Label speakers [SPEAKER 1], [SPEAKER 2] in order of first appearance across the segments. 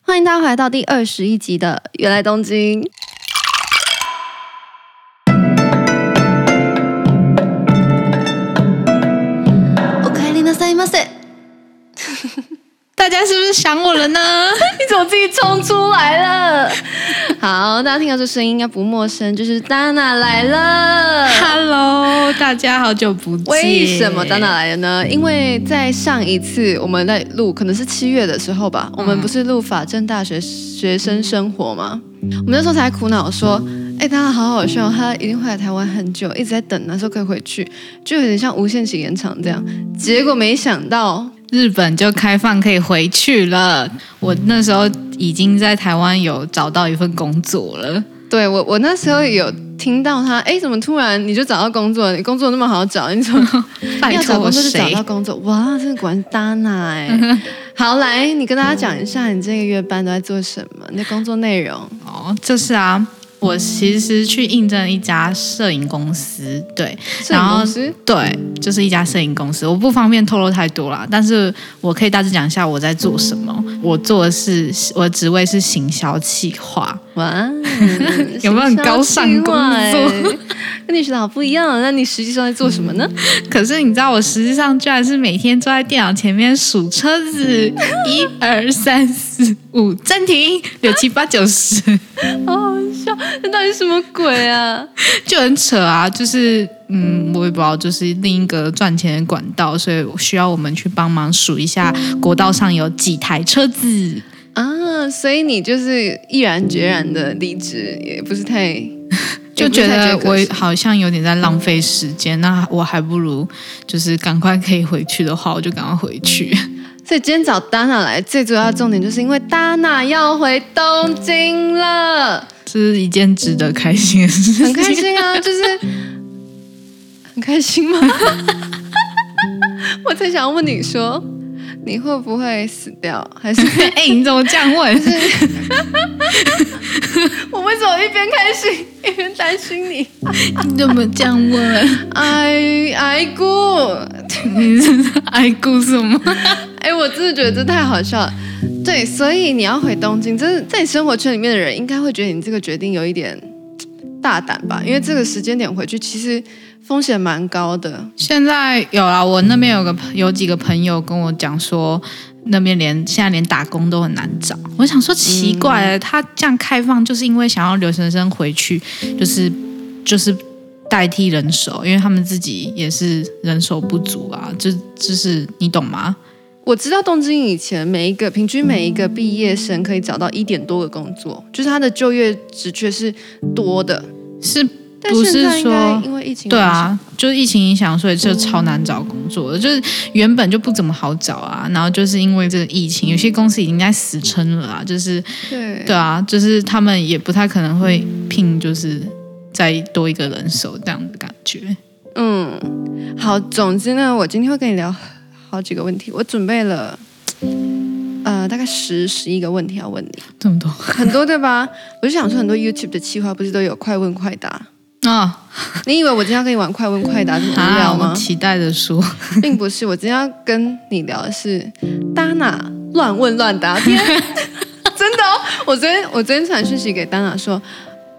[SPEAKER 1] 欢迎大家回来到第二十一集的《原来东京》。おかえりなさいませ。
[SPEAKER 2] 大家是不是想我了 呢？
[SPEAKER 1] 你怎么自己冲出来 了？好，大家听到这声音应该不陌生，就是丹娜来了。
[SPEAKER 2] Hello，大家好久不见。
[SPEAKER 1] 为什么丹娜来了呢？因为在上一次我们在录，可能是七月的时候吧，我们不是录法政大学学生生活吗？我们那时候才苦恼说，哎、丹娜好好笑，她一定会来台湾很久，一直在等那时候可以回去，就有点像无限期延长这样。结果没想到，
[SPEAKER 2] 日本就开放可以回去了？我那时候已经在台湾有找到一份工作了。
[SPEAKER 1] 对我，我那时候有听到他，哎，怎么突然你就找到工作了？你工作那么好找，你怎么
[SPEAKER 2] 拜
[SPEAKER 1] 要找
[SPEAKER 2] 托
[SPEAKER 1] 工作就找
[SPEAKER 2] 谁
[SPEAKER 1] 到？工作？哇，真的果然是大奶。哎 好，来，你跟大家讲一下你这个月班都在做什么，你的工作内容。
[SPEAKER 2] 哦，就是啊，我其实去应征一家摄影公司，对，
[SPEAKER 1] 摄影
[SPEAKER 2] 然后
[SPEAKER 1] 公司
[SPEAKER 2] 对，就是一家摄影公司，我不方便透露太多啦，但是我可以大致讲一下我在做什么。我做的是我的职位是行销企划，
[SPEAKER 1] 哇，
[SPEAKER 2] 有没有很高尚工作
[SPEAKER 1] 行销计划？哎跟你学的好不一样。那你实际上在做什么呢？
[SPEAKER 2] 可是你知道，我实际上居然是每天坐在电脑前面数车子，一二三四五，暂停，六七八九十，嗯
[SPEAKER 1] 好好笑，这到底什么鬼啊？
[SPEAKER 2] 就很扯啊！就是，嗯，我也不知道，就是另一个赚钱的管道，所以需要我们去帮忙数一下国道上有几台车子。
[SPEAKER 1] 啊，所以你就是毅然决然的离职，也不是太
[SPEAKER 2] 就觉得
[SPEAKER 1] 也不是太
[SPEAKER 2] 我
[SPEAKER 1] 可惜
[SPEAKER 2] 好像有点在浪费时间，那我还不如就是赶快可以回去的话，我就赶快回去。
[SPEAKER 1] 所以今天找 Dana 来，最主要的重点就是因为 Dana 要回东京了，
[SPEAKER 2] 这是一件值得开心的 事情。
[SPEAKER 1] 很开心啊，就是很开心吗？ 我在想问你说，你会不会死掉？还是
[SPEAKER 2] 哎、你怎么这样问？
[SPEAKER 1] 我为什么一边开心一边担心你？
[SPEAKER 2] 你怎么这样问？
[SPEAKER 1] 哎哎姑，
[SPEAKER 2] 你是爱哭什么？
[SPEAKER 1] 哎，我真的觉得这太好笑了。对，所以你要回东京，真的在你生活圈里面的人应该会觉得你这个决定有一点嘖大胆吧？因为这个时间点回去，其实风险蛮高的。
[SPEAKER 2] 现在有啦，我那边有个朋有几个朋友跟我讲说，那边连现在连打工都很难找。我想说奇怪了，他这样开放就是因为想要留学生回去，就是就是代替人手，因为他们自己也是人手不足啊，就就是你懂吗？
[SPEAKER 1] 我知道东京以前每一个平均每一个毕业生可以找到一点多个工作，就是他的就业职缺是多的，
[SPEAKER 2] 是
[SPEAKER 1] 但
[SPEAKER 2] 不是
[SPEAKER 1] 现在应该
[SPEAKER 2] 说
[SPEAKER 1] 因为疫情
[SPEAKER 2] 对啊，就是疫情影响，所以就超难找工作的，
[SPEAKER 1] 嗯
[SPEAKER 2] 就是原本就不怎么好找啊，然后就是因为这个疫情，有些公司已经在死撑了啊，就是
[SPEAKER 1] 对
[SPEAKER 2] 对啊，就是他们也不太可能会聘，就是再多一个人手这样的感觉。
[SPEAKER 1] 嗯，好，总之呢，我今天会跟你聊好几个问题，我准备了。呃，大概十十一个问题要问你，
[SPEAKER 2] 这么多
[SPEAKER 1] 很多对吧？ 我就想说，很多 YouTube 的企划不是都有快问快答？
[SPEAKER 2] 啊
[SPEAKER 1] 你以为我今天要跟你玩快问快答这么无
[SPEAKER 2] 啊！
[SPEAKER 1] 聊吗
[SPEAKER 2] 我？期待着说，
[SPEAKER 1] 并不是，我今天要跟你聊的是 Dana 乱问乱答天，真的哦！我昨天我昨天传讯息给 Dana 说，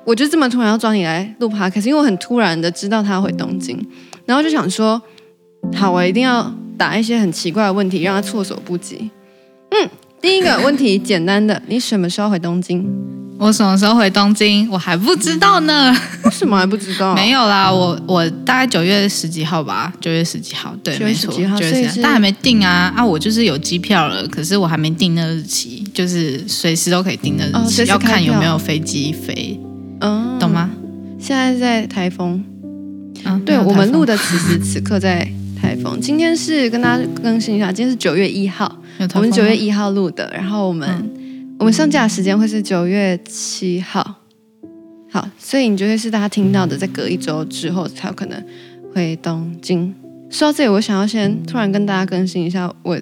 [SPEAKER 1] 我就这么突然要抓你来录 podcast，因为我很突然的知道他回东京，然后就想说，好，我一定要打一些很奇怪的问题，让他措手不及。嗯，第一个问题简单的，你什么时候回东京？
[SPEAKER 2] 我什么时候回东京，我还不知道呢。
[SPEAKER 1] 为什么还不知道？
[SPEAKER 2] 没有啦，我我大概九月十几号吧，九月十几号，对，
[SPEAKER 1] 9月
[SPEAKER 2] 没错，
[SPEAKER 1] 10几号
[SPEAKER 2] 9月
[SPEAKER 1] 所以
[SPEAKER 2] 10
[SPEAKER 1] 是
[SPEAKER 2] 但还没定啊啊！我就是有机票了，可是我还没定那日期，就是随时都可以定那
[SPEAKER 1] 哦
[SPEAKER 2] 日期，
[SPEAKER 1] 随时
[SPEAKER 2] 要
[SPEAKER 1] 开
[SPEAKER 2] 看有
[SPEAKER 1] 票
[SPEAKER 2] 没有飞机飞，
[SPEAKER 1] 嗯
[SPEAKER 2] 懂？吗？
[SPEAKER 1] 现在在台风，
[SPEAKER 2] 嗯，
[SPEAKER 1] 对
[SPEAKER 2] 还有
[SPEAKER 1] 我们
[SPEAKER 2] 台
[SPEAKER 1] 录
[SPEAKER 2] 风
[SPEAKER 1] 的此时此刻在台风。今天是跟大家更新一下，今天是九月一号，
[SPEAKER 2] 有台
[SPEAKER 1] 我们
[SPEAKER 2] 风
[SPEAKER 1] 九月
[SPEAKER 2] 吗嗯
[SPEAKER 1] 一号录的，然后我们、我们上架的时间会是九月七号。好，所以你就会是大家听到的，在隔一周之后才有可能回东京。说到这里，我想要
[SPEAKER 2] 嗯
[SPEAKER 1] 先突然跟大家更新一下我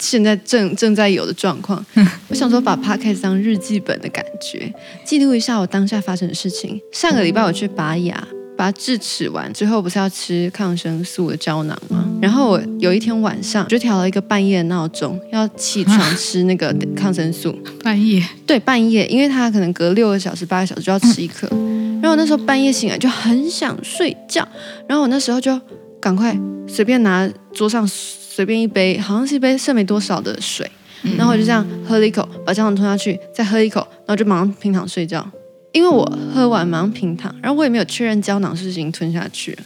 [SPEAKER 1] 现在正正在有的状 况。我想说把 podcast 当日记本的感觉，记录一下我当下发生的事情。上个礼拜我去拔牙，拔智齿完之后，不是要吃抗生素的胶囊吗？然后我有一天晚上就调了一个半夜的闹钟，要起床吃那个抗生素。
[SPEAKER 2] 半夜
[SPEAKER 1] 对，半夜，因为他可能隔六个小时、八个小时就要吃一颗。然后我那时候半夜醒来就很想睡觉，然后我那时候就赶快随便拿桌上随便一杯，好像是一杯剩没多少的水，
[SPEAKER 2] 嗯
[SPEAKER 1] 嗯然后我就这样喝了一口，把胶囊吞下去，再喝一口，然后就马上平躺睡觉。因为我喝完马上平躺，然后我也没有确认胶囊是不是已经吞下去了。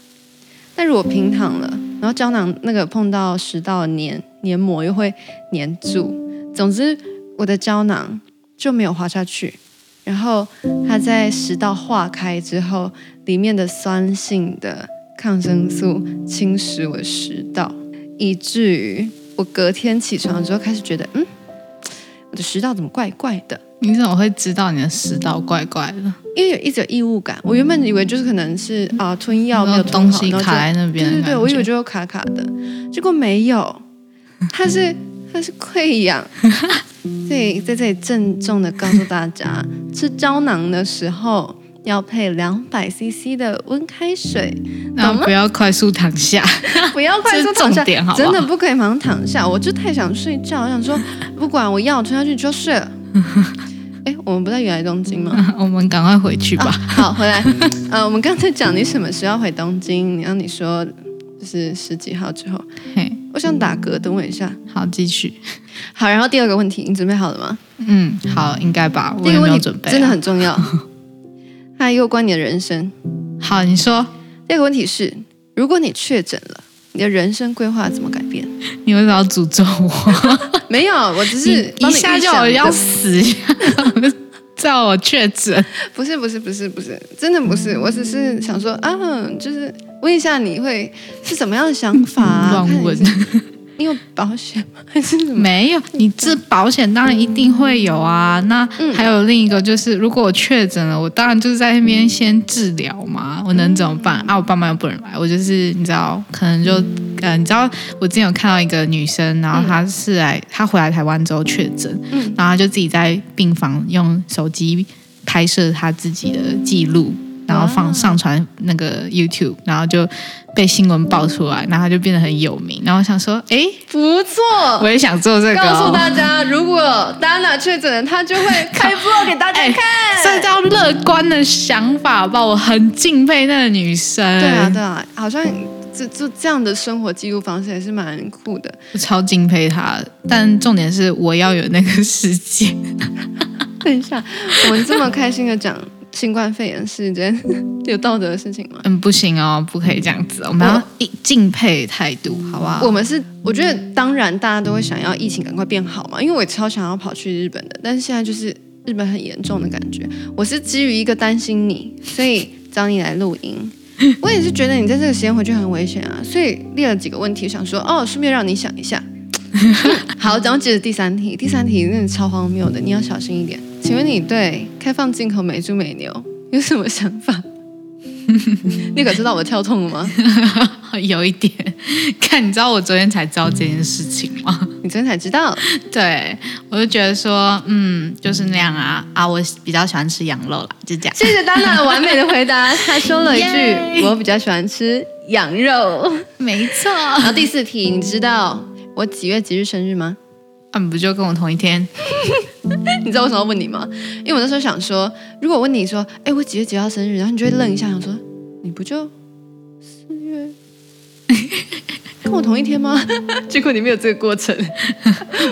[SPEAKER 1] 但如果平躺了，然后胶囊那个碰到食道黏黏膜又会黏住，总之我的胶囊就没有滑下去。然后它在食道化开之后，里面的酸性的抗生素侵蚀我的食道，以至于我隔天起床之后开始觉得，嗯，我的食道怎么怪怪的？
[SPEAKER 2] 你怎么会知道你的食道怪怪的？
[SPEAKER 1] 因为有一直有异物感，我原本以为就是可能是啊、吞药没有
[SPEAKER 2] 嗯有
[SPEAKER 1] 吞
[SPEAKER 2] 东
[SPEAKER 1] 好，
[SPEAKER 2] 西
[SPEAKER 1] 然后就
[SPEAKER 2] 卡在那边的
[SPEAKER 1] 对对
[SPEAKER 2] 感觉？
[SPEAKER 1] 对，我以为就卡卡的，结果没有， 它是它是溃疡。对，在这里郑重的告诉大家，吃胶囊的时候要配两百 CC 的温开 水，
[SPEAKER 2] 那不要快速躺下，
[SPEAKER 1] 不要快速躺
[SPEAKER 2] 这是
[SPEAKER 1] 下，
[SPEAKER 2] 重点好不好
[SPEAKER 1] 真的不可以马上躺下。我就太想睡觉，我想说不管我药吞下去就睡 了。哎，我们不在原来东京吗？啊
[SPEAKER 2] 我们赶快回去吧。
[SPEAKER 1] 好，回来。呃，我们刚才讲你什么时候要回东京，然后你说就是十几号之后，
[SPEAKER 2] 嘿，
[SPEAKER 1] 我想打嗝，等我一下。
[SPEAKER 2] 好，继续。
[SPEAKER 1] 好，然后第二个问题，你准备好了吗？
[SPEAKER 2] 嗯，好，应该吧。我
[SPEAKER 1] 第一
[SPEAKER 2] 也
[SPEAKER 1] 个
[SPEAKER 2] 没
[SPEAKER 1] 问
[SPEAKER 2] 有
[SPEAKER 1] 题
[SPEAKER 2] 准备啊。
[SPEAKER 1] 真的很重要，它攸关你的人生。
[SPEAKER 2] 好，你说
[SPEAKER 1] 第二个问题是，如果你确诊了，你的人生规划怎么改变？
[SPEAKER 2] 你为什么要诅咒 我？
[SPEAKER 1] 没有，我只
[SPEAKER 2] 你
[SPEAKER 1] 是帮
[SPEAKER 2] 一
[SPEAKER 1] 你
[SPEAKER 2] 下
[SPEAKER 1] 预
[SPEAKER 2] 叫
[SPEAKER 1] 想
[SPEAKER 2] 我
[SPEAKER 1] 一个
[SPEAKER 2] 要死， 叫我确诊。
[SPEAKER 1] 不是不是不是不是，真的不是，我只是想说啊， 就是问一下你会是什么样的想法、啊？
[SPEAKER 2] 乱问
[SPEAKER 1] 看你是，你有保险吗？还是什么？
[SPEAKER 2] 没有，你这保险当然一定会有啊。那
[SPEAKER 1] 嗯
[SPEAKER 2] 还有另一个就是，如果我确诊了，我当然就是在那边先治疗嘛，我能怎么办
[SPEAKER 1] 嗯
[SPEAKER 2] 啊？我爸妈又不能来，我就是你知道，可能就呃，你知道我之前有看到一个女生，然后她是来，她回来台湾之后确诊，
[SPEAKER 1] 嗯
[SPEAKER 2] 然后她就自己在病房用手机拍摄她自己的记录。然后放
[SPEAKER 1] 哇
[SPEAKER 2] 上传那个 YouTube，然后就被新闻爆出来，然后她就变得很有名。然后我想说，哎，
[SPEAKER 1] 不错，
[SPEAKER 2] 我也想做这个哦、
[SPEAKER 1] 告诉大家，如果 Dana 确诊了，他就会开 vlog 给 大家看。
[SPEAKER 2] 这叫乐观的想法吧，我很敬佩那个女生，
[SPEAKER 1] 对啊，对啊，好像这这这样的生活记录方式也是蛮酷的。
[SPEAKER 2] 我超敬佩她。但重点是我要有那个时间，
[SPEAKER 1] 等一下，我们这么开心的讲新冠肺炎是一件 有道德的事情吗？
[SPEAKER 2] 嗯，不行哦，不可以这样子哦，我们要一敬佩态度，好不好？
[SPEAKER 1] 我们是，我觉得当然大家都会想要疫情赶快变好嘛，因为我也超想要跑去日本的，但是现在就是日本很严重的感觉。我是基于一个担心你，所以找你来录音。我也是觉得你在这个时间回去很危险啊，所以列了几个问题，想说哦，顺便让你想一下。好，然后接着第三题，第三题真的超荒谬的，你要小心一点。请问你对开放进口美猪美牛有什么想法？你可知道我跳痛了吗？
[SPEAKER 2] 有一点， 看，你知道我昨天才知道这件事情吗？
[SPEAKER 1] 你昨天才知道。
[SPEAKER 2] 对，我就觉得说，嗯，就是那样啊啊，我比较喜欢吃羊肉啦，就这样。
[SPEAKER 1] 谢谢丹娜的完美的回答，她说了一 句：“
[SPEAKER 2] Yay
[SPEAKER 1] 我比较喜欢吃羊肉。
[SPEAKER 2] 没 错，”
[SPEAKER 1] 然后第四题，你知道我几月几日生日吗？
[SPEAKER 2] 嗯，不就跟我同一天？
[SPEAKER 1] 你知道为什么要问你吗？因为我那时候想说，如果我问你说：“哎，我几月几号生日？”然后你就会愣一下，想说：“你不就四月跟我同一天吗？” 结果你没有这个过程。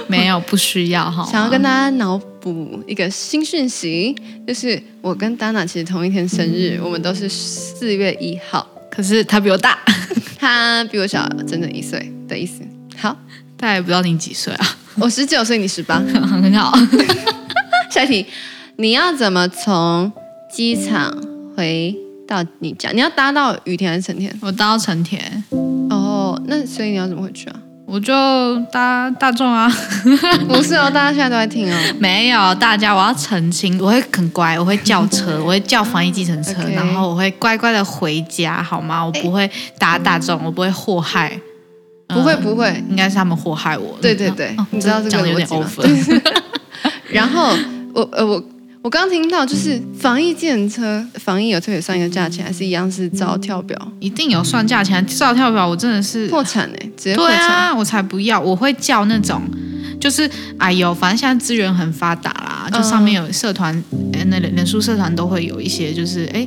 [SPEAKER 2] 没有，不需要哈。
[SPEAKER 1] 想要跟大家脑补一个新讯息，就是我跟丹娜其实同一天生日，我们都是四月一号。
[SPEAKER 2] 可是他比 我大，
[SPEAKER 1] 他比我小整整一岁的意思。好，
[SPEAKER 2] 他也不知道你几岁啊，
[SPEAKER 1] 我十九岁，你十 八。
[SPEAKER 2] 很好。
[SPEAKER 1] 下一题，你要怎么从机场回到你家？你要搭到雨田还是成田？
[SPEAKER 2] 我搭到成田，
[SPEAKER 1] 哦，那所以你要怎么回去啊？
[SPEAKER 2] 我就搭大众啊。
[SPEAKER 1] 不是哦，大家现在都在听哦。
[SPEAKER 2] 没有，大家我要澄清，我会很乖，我会叫车，我 会叫防疫计程车
[SPEAKER 1] OK 哎
[SPEAKER 2] 然后我会乖乖的回家，好吗？我不会搭大众，我不会祸害，嗯
[SPEAKER 1] 不会，不会，
[SPEAKER 2] 应该是他们祸害我。
[SPEAKER 1] 对对对
[SPEAKER 2] 哦
[SPEAKER 1] 你知道这个
[SPEAKER 2] 讲的有点
[SPEAKER 1] 逻辑吗
[SPEAKER 2] over。
[SPEAKER 1] 然后我呃我我刚听到就是防疫检车，防疫有特别算一个价钱，还是一样是照跳表？
[SPEAKER 2] 一定有算价钱，照跳表我真的是
[SPEAKER 1] 破产哎、直接破
[SPEAKER 2] 对
[SPEAKER 1] 产。
[SPEAKER 2] 啊，我才不要，我会叫那种，就是哎呦，反正现在资源很发达啦，就上面有社团，哎、那脸脸书社团都会有一些，就是哎，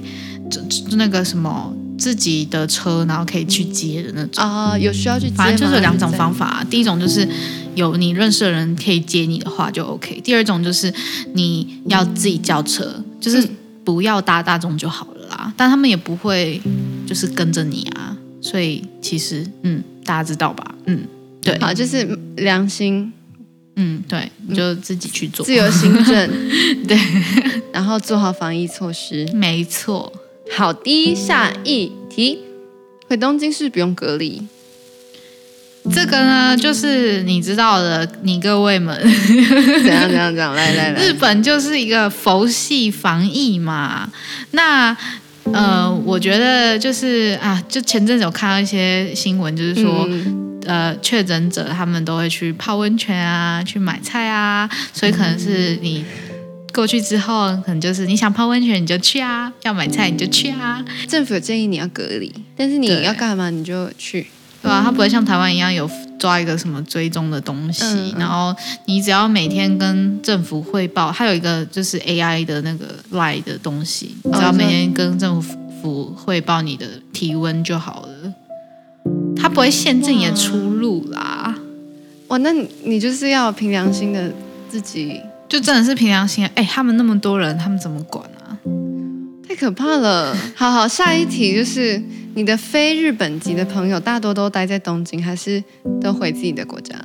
[SPEAKER 2] 这这那个什么自己的车，然后可以去接的那种。
[SPEAKER 1] 啊、有需要去接吗
[SPEAKER 2] 反正就是有两种方法，啊第一种就是有你认识的人可以接你的话就 OK，第二种就是你要自己叫车，就是不要搭大众就好了啦。但他们也不会就是跟着你啊，所以其实嗯，大家知道吧？嗯，对，
[SPEAKER 1] 好，就是良心、
[SPEAKER 2] 嗯，对，你就自己去做
[SPEAKER 1] 自，由行政， 对，然后做好防疫措施。
[SPEAKER 2] 没错。
[SPEAKER 1] 好的，下一题，回东京是不用隔离，
[SPEAKER 2] 这个呢，就是你知道的，你各位们，
[SPEAKER 1] 怎样怎样怎样？来来来，
[SPEAKER 2] 日本就是一个佛系防疫嘛。那呃，我觉得就是啊，就前阵子有看到一些新闻，就是说、
[SPEAKER 1] 嗯
[SPEAKER 2] 呃，确诊者他们都会去泡温泉啊，去买菜啊，所以可能是你。过去之后，可能就是你想泡温泉你就去啊，要买菜你就去啊，
[SPEAKER 1] 政府有建议你要隔离，但是你
[SPEAKER 2] 对
[SPEAKER 1] 要干嘛你就去。嗯
[SPEAKER 2] 对啊，它不会像台湾一样有抓一个什么追踪的东西，
[SPEAKER 1] 嗯嗯
[SPEAKER 2] 然后你只要每天跟政府汇报，它有一个就是 AI 的那个 Line 的东西，你只要
[SPEAKER 1] 你说
[SPEAKER 2] 每天跟政府汇报你的体温就好了，它不会限制你的出路啦。
[SPEAKER 1] 哇，那你你就是要凭良心的自己，
[SPEAKER 2] 就真的是凭良心啊，哎、他们那么多人，他们怎么管啊？
[SPEAKER 1] 太可怕了。好好，下一题就是你的非日本籍的朋友大多都待在东京，还是都回自己的国家？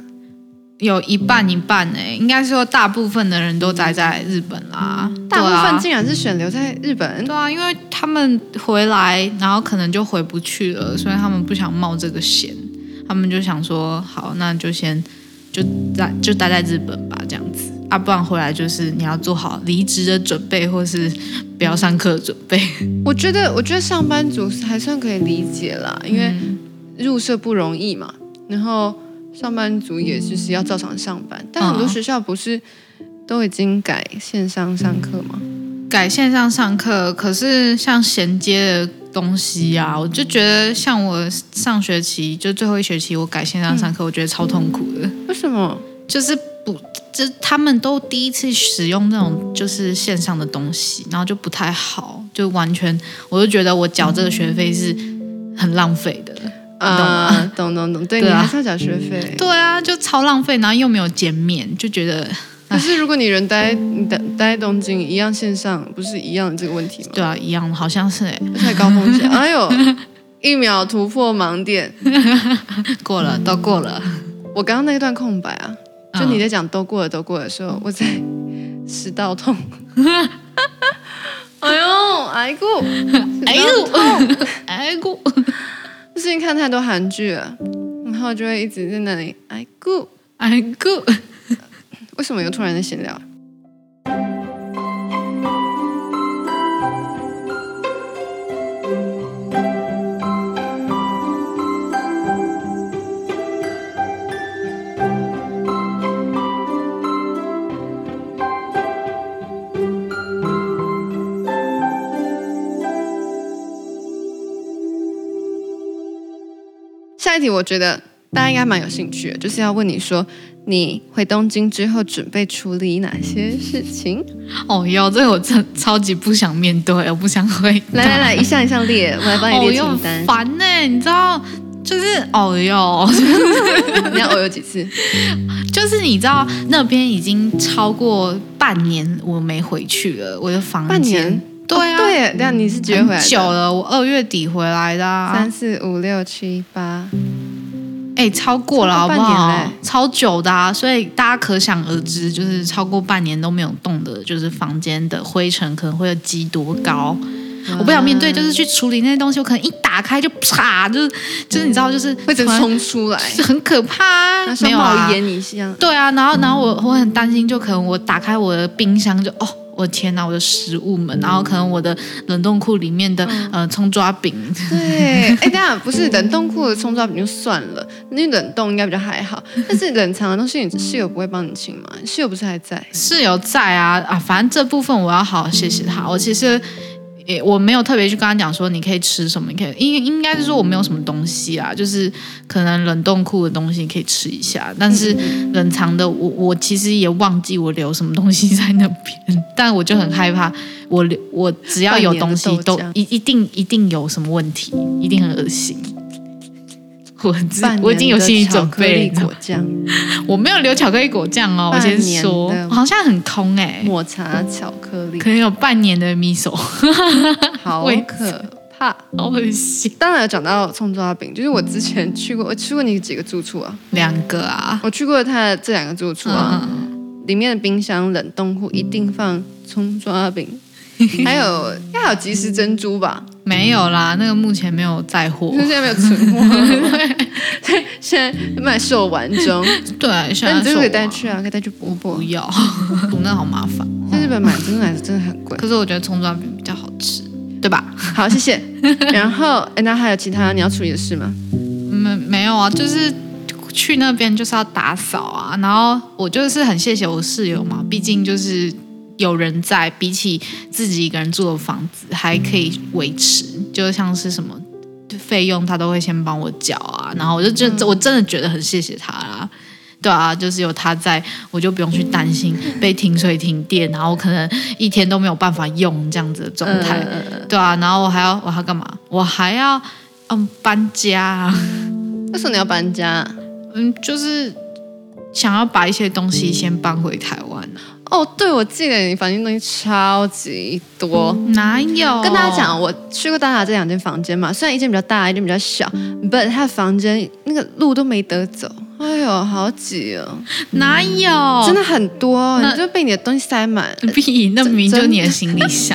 [SPEAKER 2] 有一半一半哎、应该说大部分的人都宅在日本啦，
[SPEAKER 1] 嗯大
[SPEAKER 2] 对啊
[SPEAKER 1] 部分竟然是选留在日本。
[SPEAKER 2] 对啊，因为他们回来，然后可能就回不去了，所以他们不想冒这个险，他们就想说，好，那就先就在就待在日本吧，这样子啊，不然回来就是你要做好离职的准备，或是不要上课的准备，
[SPEAKER 1] 我觉得，我觉得上班族还算可以理解啦，
[SPEAKER 2] 嗯
[SPEAKER 1] 因为入社不容易嘛，然后上班族也就是要照常上班，但很多
[SPEAKER 2] 嗯
[SPEAKER 1] 学校不是都已经改线上上课吗？
[SPEAKER 2] 改线上上课，可是像衔接的东西啊，我就觉得像我上学期就最后一学期我改线上上课，我觉得超痛苦的。
[SPEAKER 1] 为什么？
[SPEAKER 2] 就是不，就是他们都第一次使用这种就是线上的东西，然后就不太好，就完全，我就觉得我缴这个学费是很浪费的。
[SPEAKER 1] 啊，懂懂懂，对
[SPEAKER 2] 嗯
[SPEAKER 1] 你
[SPEAKER 2] 对啊
[SPEAKER 1] 还是要缴学费。
[SPEAKER 2] 对啊，就超浪费，然后又没有减免，就觉得
[SPEAKER 1] 可是如果你人待你待待在东京，一样线上，不是一样的这个问题吗？
[SPEAKER 2] 对啊，一样，好像是哎、
[SPEAKER 1] 而且还高风险，哎呦，一秒突破盲点。
[SPEAKER 2] 过了，都过了。
[SPEAKER 1] 我刚刚那一段空白啊，就你在讲都过了都过了的时候，我在 食道痛。哎呦，哎姑，
[SPEAKER 2] 哎呦，哎呦，
[SPEAKER 1] 最近看太多韩剧了，然后就会一直在那里哎姑。
[SPEAKER 2] 哎呦，
[SPEAKER 1] 为什么又突然的闲聊？下一题，我觉得大家应该蛮有兴趣的，就是要问你说，你回东京之后准备处理哪些事 情？
[SPEAKER 2] 哦哟，这个我真超级不想面对，我不想回答。
[SPEAKER 1] 来来来，一项一项列，我来帮你
[SPEAKER 2] 哦
[SPEAKER 1] 列
[SPEAKER 2] 哟，
[SPEAKER 1] 清
[SPEAKER 2] 很
[SPEAKER 1] 单。
[SPEAKER 2] 烦呢、你知道，就是哦哟。
[SPEAKER 1] 你要偶有几次？
[SPEAKER 2] 就是你知道那边已经超过半年我没回去了，我的房间
[SPEAKER 1] 半年？
[SPEAKER 2] 对啊，
[SPEAKER 1] 哦 对，那你是几月
[SPEAKER 2] 很
[SPEAKER 1] 回来的？
[SPEAKER 2] 久了，我二月底回来的、啊
[SPEAKER 1] 三，四五六七八，
[SPEAKER 2] 哎、超过了
[SPEAKER 1] 超
[SPEAKER 2] 好
[SPEAKER 1] 过
[SPEAKER 2] 不
[SPEAKER 1] 半年
[SPEAKER 2] 好？
[SPEAKER 1] 嘞
[SPEAKER 2] 超久的、啊，所以大家可想而知，就是超过半年都没有动的，就是房间的灰尘可能会有积多高。
[SPEAKER 1] 嗯
[SPEAKER 2] 我不想面对，就是去处理那些东西，我可能一打开就啪，就是就是你知道，就是
[SPEAKER 1] 啊会直
[SPEAKER 2] 突然
[SPEAKER 1] 冲出来，
[SPEAKER 2] 就是很可怕、啊
[SPEAKER 1] 那，
[SPEAKER 2] 没
[SPEAKER 1] 像
[SPEAKER 2] 有啊
[SPEAKER 1] 冒，烟一样。
[SPEAKER 2] 对啊，然后然后我我很担心，就可能我打开我的冰箱就哦，我天哪，我的食物们，然后可能我的冷冻库里面的、呃葱抓饼，
[SPEAKER 1] 对，哎，等一下不是冷冻库的葱抓饼就算了，那冷冻应该比较还好。但是冷藏的东西，你室友不会帮你清吗？室友不是还在？
[SPEAKER 2] 室友在啊啊，反正这部分我要好好谢谢他。
[SPEAKER 1] 嗯
[SPEAKER 2] 我其实也我没有特别去跟他讲说你可以吃什么，你可以应应该是说我没有什么东西啊，就是可能冷冻库的东西可以吃一下，但是
[SPEAKER 1] 嗯
[SPEAKER 2] 冷藏的我我其实也忘记我留什么东西在那边， 但我就很害怕我留我只要有东西
[SPEAKER 1] 嗯半年的豆
[SPEAKER 2] 都
[SPEAKER 1] 浆
[SPEAKER 2] 一一定一定有什么问题，一定很恶心。我自
[SPEAKER 1] 半年
[SPEAKER 2] 我已经有
[SPEAKER 1] 的
[SPEAKER 2] 心理
[SPEAKER 1] 巧
[SPEAKER 2] 准
[SPEAKER 1] 克
[SPEAKER 2] 备了，
[SPEAKER 1] 力
[SPEAKER 2] 你知道吗
[SPEAKER 1] 果酱、
[SPEAKER 2] 我没有留巧克力果酱哦，我先说
[SPEAKER 1] 半年，的
[SPEAKER 2] 好像很空哎、
[SPEAKER 1] 抹茶巧克 力
[SPEAKER 2] 可，能有半年的 miso，
[SPEAKER 1] 好
[SPEAKER 2] 味
[SPEAKER 1] 可怕。
[SPEAKER 2] 好恶心。
[SPEAKER 1] 当然有讲到葱抓饼，就是我之前去过，我去过你几个住处啊？
[SPEAKER 2] 两个啊，
[SPEAKER 1] 我去过他的这两个住处
[SPEAKER 2] 嗯
[SPEAKER 1] 啊，里面的冰箱冷冻库一定放葱抓饼，还有应该还有即食珍珠吧？
[SPEAKER 2] 没有啦，那个目前没有在货
[SPEAKER 1] 就。是现在没有存货，现在卖售完中，
[SPEAKER 2] 对，现
[SPEAKER 1] 但
[SPEAKER 2] 在
[SPEAKER 1] 你这个
[SPEAKER 2] 手
[SPEAKER 1] 可以
[SPEAKER 2] 啊
[SPEAKER 1] 带去啊，可以带去波波
[SPEAKER 2] 不。要， 那好麻烦。
[SPEAKER 1] 在日本买珍珠奶茶真的很贵。
[SPEAKER 2] 可是我觉得葱抓饼比较好吃，对吧？
[SPEAKER 1] 好，谢谢。然后，哎，那还有其他你要处理的事吗？
[SPEAKER 2] 没没有啊，就是去那边就是要打扫啊。然后我就是很谢谢我室友嘛，毕竟就是有人在，比起自己一个人住的房子还可以维持，就像是什么。费用他都会先帮我缴啊，然后我就真、我真的觉得很谢谢他啦，对啊，就是有他在，我就不用去担心被停水停电，然后我可能一天都没有办法用这样子的状态，对啊，然后我还要我还要干嘛？我还要嗯搬家、啊，
[SPEAKER 1] 为什么你要搬家？
[SPEAKER 2] 嗯，就是想要把一些东
[SPEAKER 1] 嗯
[SPEAKER 2] 西先搬回台湾、啊
[SPEAKER 1] 哦，对，我记得你房间东西超级多。
[SPEAKER 2] 哪有？
[SPEAKER 1] 跟大家
[SPEAKER 2] 哦
[SPEAKER 1] 讲，，我去过大家这两间房间嘛，虽然一间比较大，一间比较小，but 他的房间那个路都没得走，哎呦，好挤哦，
[SPEAKER 2] 哪有？
[SPEAKER 1] 真的很多，
[SPEAKER 2] 哦那
[SPEAKER 1] 你就被你的东西塞 满。
[SPEAKER 2] 屁，那明明就
[SPEAKER 1] 真
[SPEAKER 2] 你的行李 箱。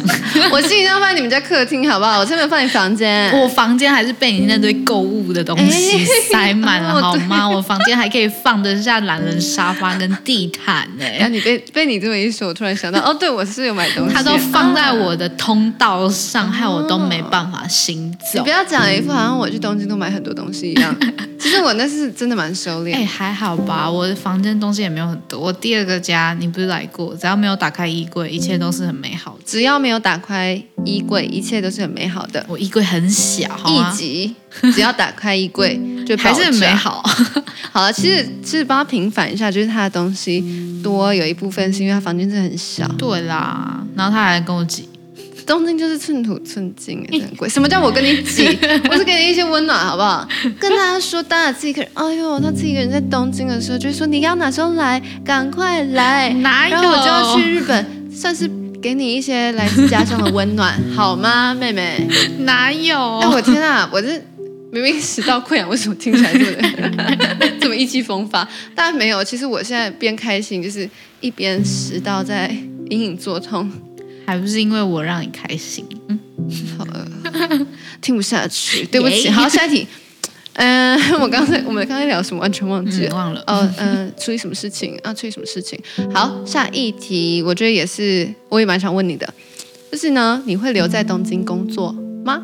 [SPEAKER 1] 我行李箱放在你们家客厅好不好？我这边放你房间。
[SPEAKER 2] 我房间还是被你那堆购物的东西塞满了，
[SPEAKER 1] 哦
[SPEAKER 2] 好吗？我房间还可以放得下懒人沙发跟地毯欸呢、
[SPEAKER 1] 然哎后你被被你这么一说，我突然想 到，哦，对我是有买东西，
[SPEAKER 2] 它都放在我的通道上，害我都没办法行
[SPEAKER 1] 啊你
[SPEAKER 2] 走
[SPEAKER 1] 不。要讲一副好像我去东京都买很多东西一 样。其实我那是真的蛮收敛。
[SPEAKER 2] 哎、还好吧，我的房间东西也没有很多。我第二个家，你不是来过？只要没有打开衣柜，一切都是很美好的。
[SPEAKER 1] 只要没有打开衣柜，一切都是很美好的。
[SPEAKER 2] 我衣柜很小，好吗
[SPEAKER 1] 一集只要打开衣柜就爆
[SPEAKER 2] 还是很美
[SPEAKER 1] 炸。
[SPEAKER 2] 好。
[SPEAKER 1] 好了，其实其实帮他平反一下，就是他的东西多有一部分是因为他房间真的很小。
[SPEAKER 2] 对啦，然后他还跟我挤，
[SPEAKER 1] 东京就是寸土寸金，欸真的很贵。什么叫我跟你 挤？我是给你一些温暖，好不好？跟大家说，当然自己一个人，哎呦，他自己一个人在东京的时候，就会说你要哪时候来，赶快来。
[SPEAKER 2] 哪有？
[SPEAKER 1] 然后我就要去日本，算是给你一些来自家乡的温暖，好吗，妹妹？
[SPEAKER 2] 哪有？
[SPEAKER 1] 哎、我天 啊，我这明明食道溃啊疡，为什么听起来这么 这么意气风发？但没有，其实我现在边开心，就是一边食道在隐隐作痛，
[SPEAKER 2] 还不是因为我让你开心。
[SPEAKER 1] 好饿，呃听不下去，对不起。
[SPEAKER 2] 耶
[SPEAKER 1] 好，下一 题。嗯、我刚才我们刚才聊什么完全忘记
[SPEAKER 2] 嗯，
[SPEAKER 1] 了。
[SPEAKER 2] 忘了。
[SPEAKER 1] 哦，嗯、处理什么事情啊？处理什么事情？好，下一题，我觉得也是，我也蛮想问你的，就是呢，你会留在东京工作吗？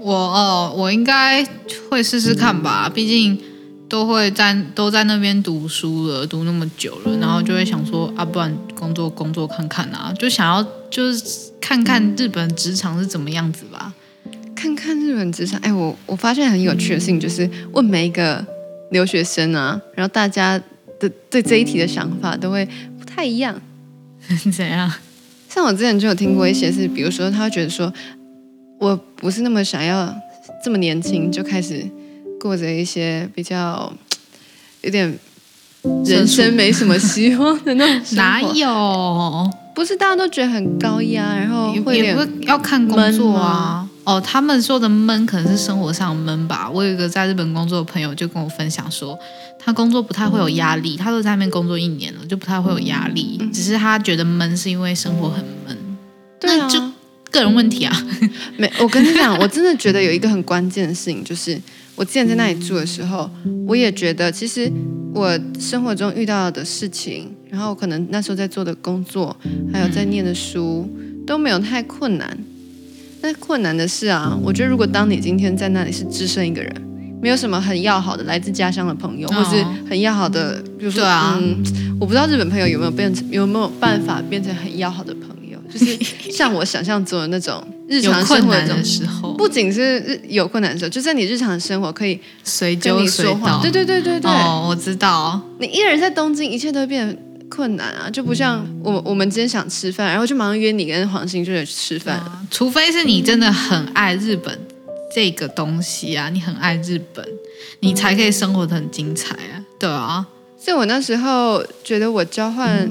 [SPEAKER 2] 我哦，我应该会试试看吧，毕竟都会在都在那边读书了，读那么久了，然后就会想说啊，不然工作工作看看啊，就想要就是看看日本职场是怎么样子吧。
[SPEAKER 1] 看看日本职场，哎，我我发现很有趣的事情就是问每一个留学生啊，然后大家的对这一题的想法都会不太一样。
[SPEAKER 2] 怎样？
[SPEAKER 1] 像我之前就有听过一些是，比如说他会觉得说，我不是那么想要这么年轻就开始过着一些比较有点人生没什么希望的那种生活
[SPEAKER 2] 哪有？
[SPEAKER 1] 不是大家都觉得很高压，然后
[SPEAKER 2] 也
[SPEAKER 1] 哦会有
[SPEAKER 2] 也
[SPEAKER 1] 点
[SPEAKER 2] 不要看工作啊。哦，他们说的闷可能是生活上的闷吧。我有一个在日本工作的朋友就跟我分享说，他工作不太会有压
[SPEAKER 1] 嗯
[SPEAKER 2] 力，他都在那边工作一年了，就不太会有压力。只是他觉得闷是因为生活很闷，
[SPEAKER 1] 对啊
[SPEAKER 2] 那就个人问题
[SPEAKER 1] 嗯
[SPEAKER 2] 啊。
[SPEAKER 1] 没，我跟你讲，我真的觉得有一个很关键的事情，就是我之前在那里住的时候，我也觉得，其实我生活中遇到的事情，然后可能那时候在做的工作，还有在念的书、都没有太困难。但困难的是啊，我觉得如果当你今天在那里是只身一个人，没有什么很要好的来自家乡的朋友，
[SPEAKER 2] 哦
[SPEAKER 1] 或是很要好的，比如说
[SPEAKER 2] 对啊
[SPEAKER 1] 嗯，我不知道日本朋友有没有变成有没有办法变成很要好的朋友，就是像我想象中的那种日
[SPEAKER 2] 有
[SPEAKER 1] 常生
[SPEAKER 2] 困
[SPEAKER 1] 活
[SPEAKER 2] 难
[SPEAKER 1] 中
[SPEAKER 2] 的。时候，
[SPEAKER 1] 不仅是日有困难的时候，就在你日常生活可以
[SPEAKER 2] 随
[SPEAKER 1] 跟
[SPEAKER 2] 就
[SPEAKER 1] 你
[SPEAKER 2] 随
[SPEAKER 1] 说话
[SPEAKER 2] 到。。
[SPEAKER 1] 对对对对对，
[SPEAKER 2] 哦，我知道，
[SPEAKER 1] 你一人在东京，一切都会变得困难啊！就不像我我们今天想吃饭，然后就马上约你跟黄兴就去吃饭。
[SPEAKER 2] 啊除非是你真的很爱日本这个东西啊，你很爱日本，你才可以生活的很精彩啊。对啊，
[SPEAKER 1] 所以我那时候觉得我交换，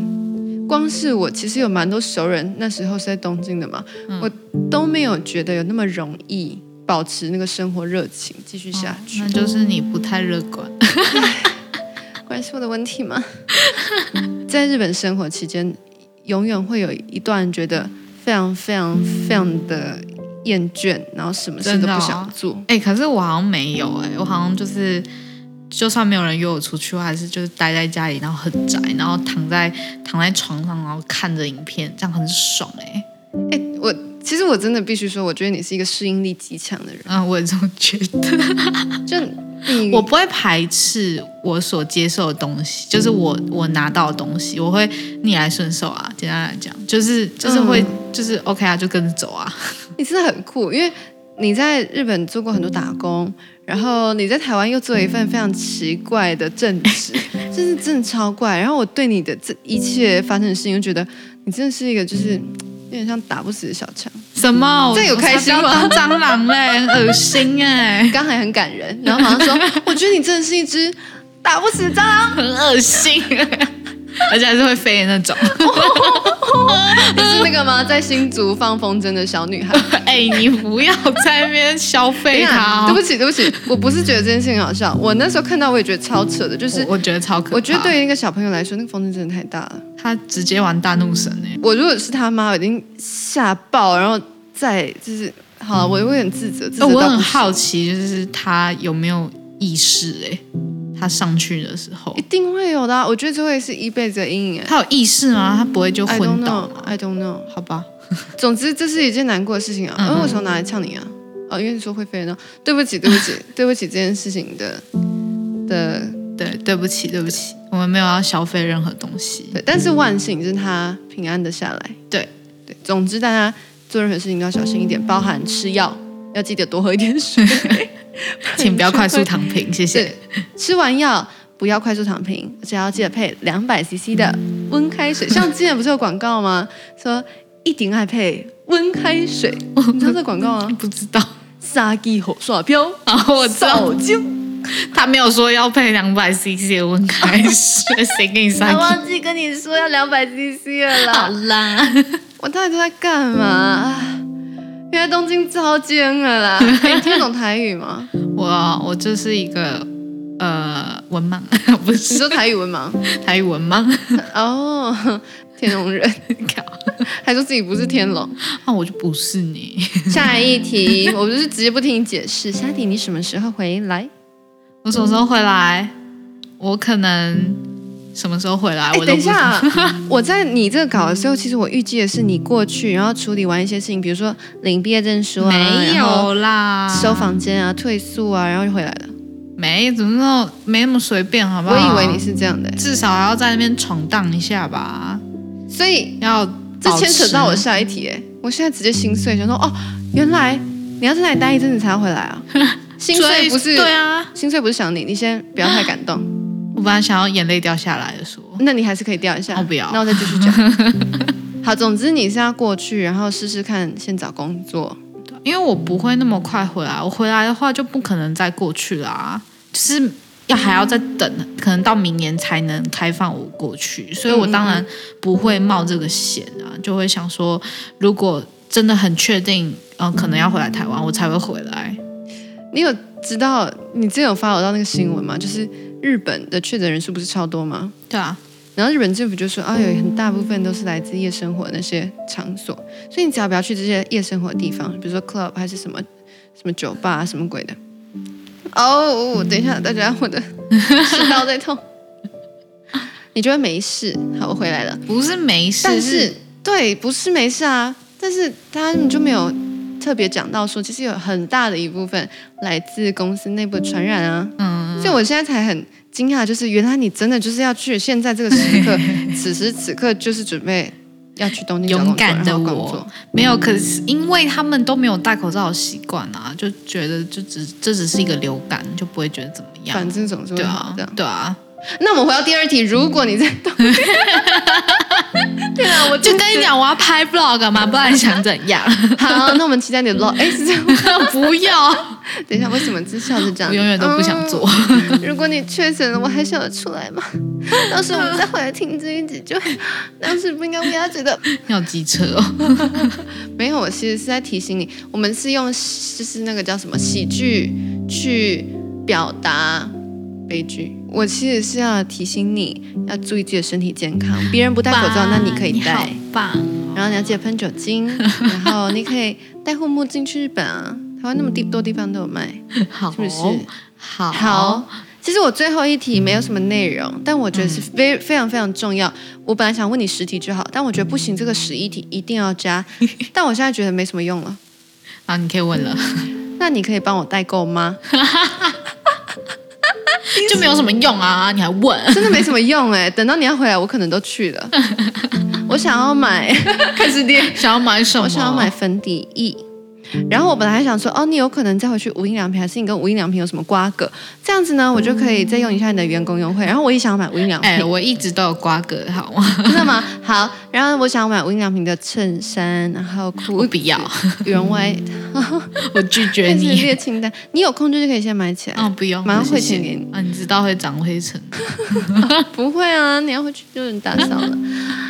[SPEAKER 1] 光是我其实有蛮多熟人，那时候是在东京的嘛，
[SPEAKER 2] 嗯
[SPEAKER 1] 我都没有觉得有那么容易保持那个生活热情继续下去。
[SPEAKER 2] 那就是你不太乐观。
[SPEAKER 1] 果然是我的问题吗？ 在日本生活期间，永远会有一段觉得非常非常非常的厌倦，然后什么事
[SPEAKER 2] 真
[SPEAKER 1] 都
[SPEAKER 2] 的
[SPEAKER 1] 不
[SPEAKER 2] 哦
[SPEAKER 1] 想做。
[SPEAKER 2] 哎、可是我好像没有哎、我好像就是，就算没有人约我出去，我还是就是待在家里，然后很宅，然后躺在躺在床上，然后看着影片，这样很爽哎、
[SPEAKER 1] 哎、我其实我真的必须说，我觉得你是一个适应力极强的人。
[SPEAKER 2] 嗯，我也这么觉得。
[SPEAKER 1] 就你，
[SPEAKER 2] 我不会排斥我所接受的东西，就是我我拿到的东西，我会逆来顺受啊。简单来讲，就是就是会、
[SPEAKER 1] 嗯
[SPEAKER 2] 就是 OK 啊，就跟着走啊。
[SPEAKER 1] 你真的很酷，因为你在日本做过很多打工，然后你在台湾又做了一份非常奇怪的正 职，就是真的超怪。然后我对你的这一切发生的事情，就觉得你真的是一个就是有点像打不死的小强。
[SPEAKER 2] 什么？
[SPEAKER 1] 这样有
[SPEAKER 2] 我
[SPEAKER 1] 开心吗
[SPEAKER 2] 我才不要当蟑螂嘞，很恶心 哎、
[SPEAKER 1] 刚才很感人，然后马上说，我觉得你真的是一只打不死的蟑螂。
[SPEAKER 2] 很恶心哎、 而且还是会飞的那种。
[SPEAKER 1] 你是那个吗？在新竹放风筝的小女 孩。
[SPEAKER 2] 哎、你不要在那边消
[SPEAKER 1] 等
[SPEAKER 2] 费
[SPEAKER 1] 一下
[SPEAKER 2] 它、
[SPEAKER 1] 哎
[SPEAKER 2] 哦
[SPEAKER 1] 对不起，对不起，我不是觉得这件事情很好笑，我那时候看到我也觉得超扯的，就是
[SPEAKER 2] 我我觉得超可怕。
[SPEAKER 1] 我觉得对于一个小朋友来说，那个风筝真的太大了。
[SPEAKER 2] 他直接玩大怒神哎、
[SPEAKER 1] 我如果是他妈，我已经吓爆，然后再就是好了，我有点自责，自责
[SPEAKER 2] 哦
[SPEAKER 1] 到
[SPEAKER 2] 我很
[SPEAKER 1] 不行
[SPEAKER 2] 好奇，就是他有没有意识哎、他上去的时候
[SPEAKER 1] 一，定会有的啊、我觉得这会是一辈子的阴影。哎
[SPEAKER 2] 他有意识吗？他不会就
[SPEAKER 1] I
[SPEAKER 2] 昏
[SPEAKER 1] don't
[SPEAKER 2] 倒
[SPEAKER 1] know,
[SPEAKER 2] 吗？
[SPEAKER 1] I don't know。
[SPEAKER 2] 好吧，
[SPEAKER 1] 总之，这是一件难过的事情啊。
[SPEAKER 2] 嗯
[SPEAKER 1] 嗯，为什么拿来呛你啊？哦，因为你说会飞呢。对不起，对不 起，对不起，这件事情的的
[SPEAKER 2] 对，对不起，对不起，我们没有要消费任何东西。
[SPEAKER 1] 对，但是万幸就是他平安的下来。
[SPEAKER 2] 对
[SPEAKER 1] 对，总之大家做任何事情都要小心一点，包含吃药，要记得多喝一点水。
[SPEAKER 2] 请不要快速躺平，谢谢
[SPEAKER 1] 对。吃完药不要快速躺平，而且要记得配两百 CC 的温开水。像之前不是有广告吗？说一定爱配温开水，你知道这广告吗？
[SPEAKER 2] 不知道，
[SPEAKER 1] 杀鸡火刷飘，
[SPEAKER 2] 然后我知道
[SPEAKER 1] 扫精。
[SPEAKER 2] 他没有说要配两百 CC 的温开水， 谁给你三
[SPEAKER 1] 他
[SPEAKER 2] K？
[SPEAKER 1] 啊忘记跟你说要两百 CC 了啦。
[SPEAKER 2] 好啦，
[SPEAKER 1] 啊我到底都在干嘛、啊？原来东京超尖了啦！ 哎你听得懂台语吗？
[SPEAKER 2] 我我就是一个呃文盲， 不
[SPEAKER 1] 你
[SPEAKER 2] 是
[SPEAKER 1] 说台语文 盲？
[SPEAKER 2] 台语文盲，
[SPEAKER 1] 哦，天龙 人，
[SPEAKER 2] 靠
[SPEAKER 1] 还说自己不是天龙。
[SPEAKER 2] 那啊我就不是你。
[SPEAKER 1] 下一 题，我就是直接不听你解释。下一题，你什么时候回来？
[SPEAKER 2] 我什么时候回来？我可能什么时候回来？
[SPEAKER 1] 哎、
[SPEAKER 2] 我都
[SPEAKER 1] 等
[SPEAKER 2] 不
[SPEAKER 1] 一
[SPEAKER 2] 知道。
[SPEAKER 1] 下，我在你这个稿的时候，其实我预计的是你过去，然后处理完一些事情，比如说领毕业证书啊，
[SPEAKER 2] 没
[SPEAKER 1] 然后
[SPEAKER 2] 有啦，
[SPEAKER 1] 收房间啊、退宿啊，然后就回来了。
[SPEAKER 2] 没怎么那么没那么随便，好不
[SPEAKER 1] 我
[SPEAKER 2] 好？
[SPEAKER 1] 以为你是这样的、
[SPEAKER 2] 至少还要在那边闯荡一下吧，
[SPEAKER 1] 所以
[SPEAKER 2] 要
[SPEAKER 1] 这
[SPEAKER 2] 保持
[SPEAKER 1] 牵扯到我下一题哎，我现在直接心碎，想说哦，原来你要在那里待一阵子才要回来 啊。心碎
[SPEAKER 2] 追
[SPEAKER 1] 不是
[SPEAKER 2] 对啊，
[SPEAKER 1] 心碎不是想你，你先不要太感动，
[SPEAKER 2] 我本来想要眼泪掉下来的说，
[SPEAKER 1] 那你还是可以掉一下。
[SPEAKER 2] 啊我不要
[SPEAKER 1] 那我再继续讲。 好，总之你是要过去，然后试试看，先找工作。
[SPEAKER 2] 因为我不会那么快回来，我回来的话就不可能再过去啦，就是要还要再等，可能到明年才能开放我过去，所以我当
[SPEAKER 1] 嗯
[SPEAKER 2] 然不会冒这个险啊，就会想说，如果真的很确定，嗯、可能要回来台湾，我才会回来。
[SPEAKER 1] 你有知道你之前有发我到那个新闻吗？就是日本的确诊人数不是超多吗？
[SPEAKER 2] 对啊，
[SPEAKER 1] 然后日本政府就说啊，有很大部分都是来自夜生活的那些场所，所以你只要不要去这些夜生活的地方，比如说 club 还是什么什么酒吧、什么鬼的。 哦，等一下，大家我的食道在痛。你就会没事。好，我回来了。
[SPEAKER 2] 不是没事，
[SPEAKER 1] 但是对，不是没事啊，但是他们就没有特别讲到说，其实有很大的一部分来自公司内部的传染啊。
[SPEAKER 2] 嗯，
[SPEAKER 1] 所以我现在才很惊讶，就是原来你真的就是要去现在这个时 刻，此时此刻就是准备要去东京找工作
[SPEAKER 2] 勇敢的
[SPEAKER 1] 然后工
[SPEAKER 2] 我
[SPEAKER 1] 作。
[SPEAKER 2] 没有，可是因为他们都没有戴口罩的习惯啊，就觉得就只这只是一个流感，就不会觉得怎么样。
[SPEAKER 1] 反正总是会
[SPEAKER 2] 对
[SPEAKER 1] 好
[SPEAKER 2] 啊
[SPEAKER 1] 这样。，
[SPEAKER 2] 对啊，
[SPEAKER 1] 那我们回到第二题，如果你在 东京，对啊，我
[SPEAKER 2] 我就跟你讲，我要拍 vlog 嘛，不然想怎样？
[SPEAKER 1] 好，那我们期待你 的 log。哎，是这样吗。
[SPEAKER 2] 不要，
[SPEAKER 1] 等一下，为什么这笑是这样？
[SPEAKER 2] 我 永远都不想做。
[SPEAKER 1] 嗯。 如果你确诊了，我还想得出来吗？到时候我们再回来听这一集，就当时不应该为他觉得
[SPEAKER 2] 你有机车哦，
[SPEAKER 1] 没有。我其实是在提醒你，我们是用就是那个叫什么喜剧去表达悲剧。我其实是要提醒你要注意自己的身体健康，别人不戴口罩，那你可以
[SPEAKER 2] 好
[SPEAKER 1] 戴。
[SPEAKER 2] 棒。
[SPEAKER 1] 然后你要记得喷酒精，然后你可以戴护目镜去日本啊，台湾那么地多地方都有卖。
[SPEAKER 2] 好，
[SPEAKER 1] 是不是
[SPEAKER 2] 好，
[SPEAKER 1] 好，嗯其实我最后一题没有什么内容，但我觉得是非非常非常重要。我本来想问你十题就好，但我觉得不行，这个十一题一定要 加。但我现在觉得没什么用了，
[SPEAKER 2] 好，你可 以问了，
[SPEAKER 1] 那你可以帮我代购吗？
[SPEAKER 2] 就没有什么用啊，你还问？
[SPEAKER 1] 真的没什么用 哎、等到你要回来，我可能都去 了。我想要买 开始店，
[SPEAKER 2] 想要买什么？
[SPEAKER 1] 我想要买粉底液。然后我本来还想说，哦，你有可能再回去无印良品，还是你跟无印良品有什么瓜葛？这样子呢，我就可以再用一下你的员工优惠。然后我也想要买无印良品，
[SPEAKER 2] 哎、我一直都有瓜葛，好 吗？
[SPEAKER 1] 真的吗？好，然后我想买无印良品的衬衫，然后
[SPEAKER 2] 我
[SPEAKER 1] 裤、
[SPEAKER 2] 不要，
[SPEAKER 1] 羽绒外，
[SPEAKER 2] 我拒绝
[SPEAKER 1] 开始
[SPEAKER 2] 你。
[SPEAKER 1] 列清单。你有空就可以先买 起来。
[SPEAKER 2] 嗯，不用，
[SPEAKER 1] 马上汇
[SPEAKER 2] 谢谢
[SPEAKER 1] 钱给你
[SPEAKER 2] 啊，你知道会长 灰尘。
[SPEAKER 1] 不会啊，你要回去就有人打扫了。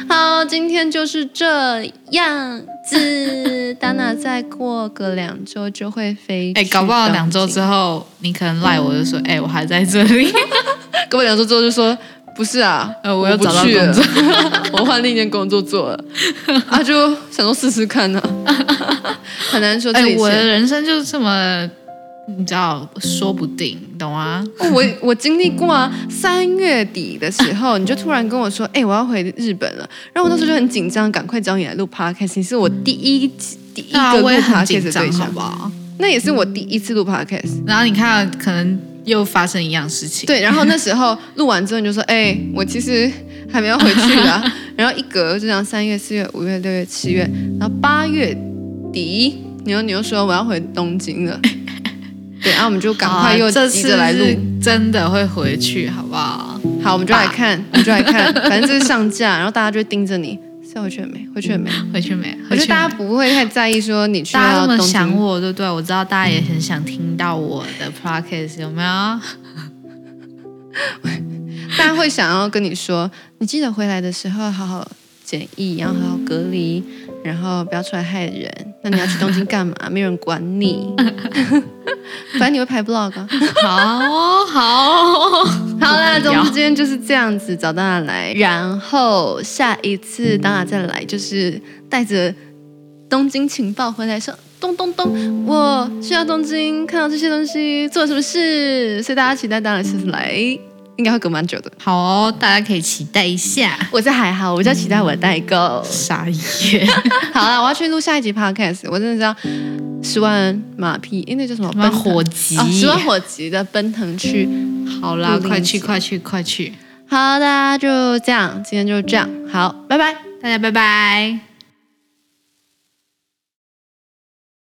[SPEAKER 1] 好，今天就是这样子。达娜再过个两周就会飞。
[SPEAKER 2] 哎、搞不好两周之
[SPEAKER 1] 后，
[SPEAKER 2] 后，你可能赖我，就说，哎、我还在这 里，
[SPEAKER 1] 搞不好两周之后就说。不是啊，
[SPEAKER 2] 呃我
[SPEAKER 1] 我
[SPEAKER 2] 又
[SPEAKER 1] 不
[SPEAKER 2] 找到
[SPEAKER 1] 去
[SPEAKER 2] 工
[SPEAKER 1] 了， 我换另一件工作做了，啊，就想说试试看 呢、很难说
[SPEAKER 2] 哎、
[SPEAKER 1] 自己。
[SPEAKER 2] 我的人生就是这么，你知道，说不定，懂吗？
[SPEAKER 1] 哦我我经历过啊，三月底的时候，你就突然跟我说，哎、我要回日本了。然后我那时候就很紧张，赶快找你来录 podcast。你是我第一集第一
[SPEAKER 2] 对啊，
[SPEAKER 1] 个录
[SPEAKER 2] 我也很
[SPEAKER 1] podcast
[SPEAKER 2] 紧
[SPEAKER 1] 的
[SPEAKER 2] 张，
[SPEAKER 1] 对
[SPEAKER 2] 好
[SPEAKER 1] 象
[SPEAKER 2] 不，好？
[SPEAKER 1] 那也是我第一次录 podcast。
[SPEAKER 2] 然后你看，可能又发生一样事情，
[SPEAKER 1] 对，然后那时候录完之后，你就说，哎、我其实还没有回去 啦。然后一隔就这样，三月、四月、五月、六月、七月，然后八月底，你又你又说我要回东京了。对，然后我们就赶
[SPEAKER 2] 好啊
[SPEAKER 1] 快又
[SPEAKER 2] 这
[SPEAKER 1] 急着来录。
[SPEAKER 2] 次真的会回去，好不好？
[SPEAKER 1] 好，我们就来看，我们就来看，反正这是上架，然后大家就会盯着你，是要回去了没？回去了没？
[SPEAKER 2] 回去没？
[SPEAKER 1] 我
[SPEAKER 2] 回
[SPEAKER 1] 觉
[SPEAKER 2] 嗯
[SPEAKER 1] 得
[SPEAKER 2] 去
[SPEAKER 1] 大
[SPEAKER 2] 没
[SPEAKER 1] 家不会太在意说你去
[SPEAKER 2] 大家
[SPEAKER 1] 到
[SPEAKER 2] 这
[SPEAKER 1] 东
[SPEAKER 2] 么
[SPEAKER 1] 京，
[SPEAKER 2] 想我，对不对？我知道大家也很想听到我的 podcast，有没 有？
[SPEAKER 1] 大家会想要跟你说，你记得回来的时候好好检疫，然后好好隔离，然后不要出来害人。那你要去东京 干嘛？没有人管你， 反正你会拍 vlog 啊。
[SPEAKER 2] 好哦好哦，
[SPEAKER 1] 好啦，
[SPEAKER 2] 不要
[SPEAKER 1] 总之今天就是这样子找大家来，然后下一次大家再来，就是带着东京情报回来说。咚咚咚！我去到东京，看到这些东西，做了什么事？所以大家期待当然下次来，应该会隔蛮久的。
[SPEAKER 2] 好哦，大家可以期待一下。
[SPEAKER 1] 我是还好，我就期待我的代购。
[SPEAKER 2] 傻眼，
[SPEAKER 1] 好啦，我要去录下一集 podcast，我真的是要十万马匹，因为那叫什么
[SPEAKER 2] 什么
[SPEAKER 1] 奔腾
[SPEAKER 2] 火急？
[SPEAKER 1] 哦，十万火急的奔腾区。
[SPEAKER 2] 好啦，
[SPEAKER 1] 录
[SPEAKER 2] 快
[SPEAKER 1] 音
[SPEAKER 2] 去
[SPEAKER 1] 机
[SPEAKER 2] 快去快去！
[SPEAKER 1] 好，大家就这样，今天就这样，好，拜拜。
[SPEAKER 2] 大家拜拜。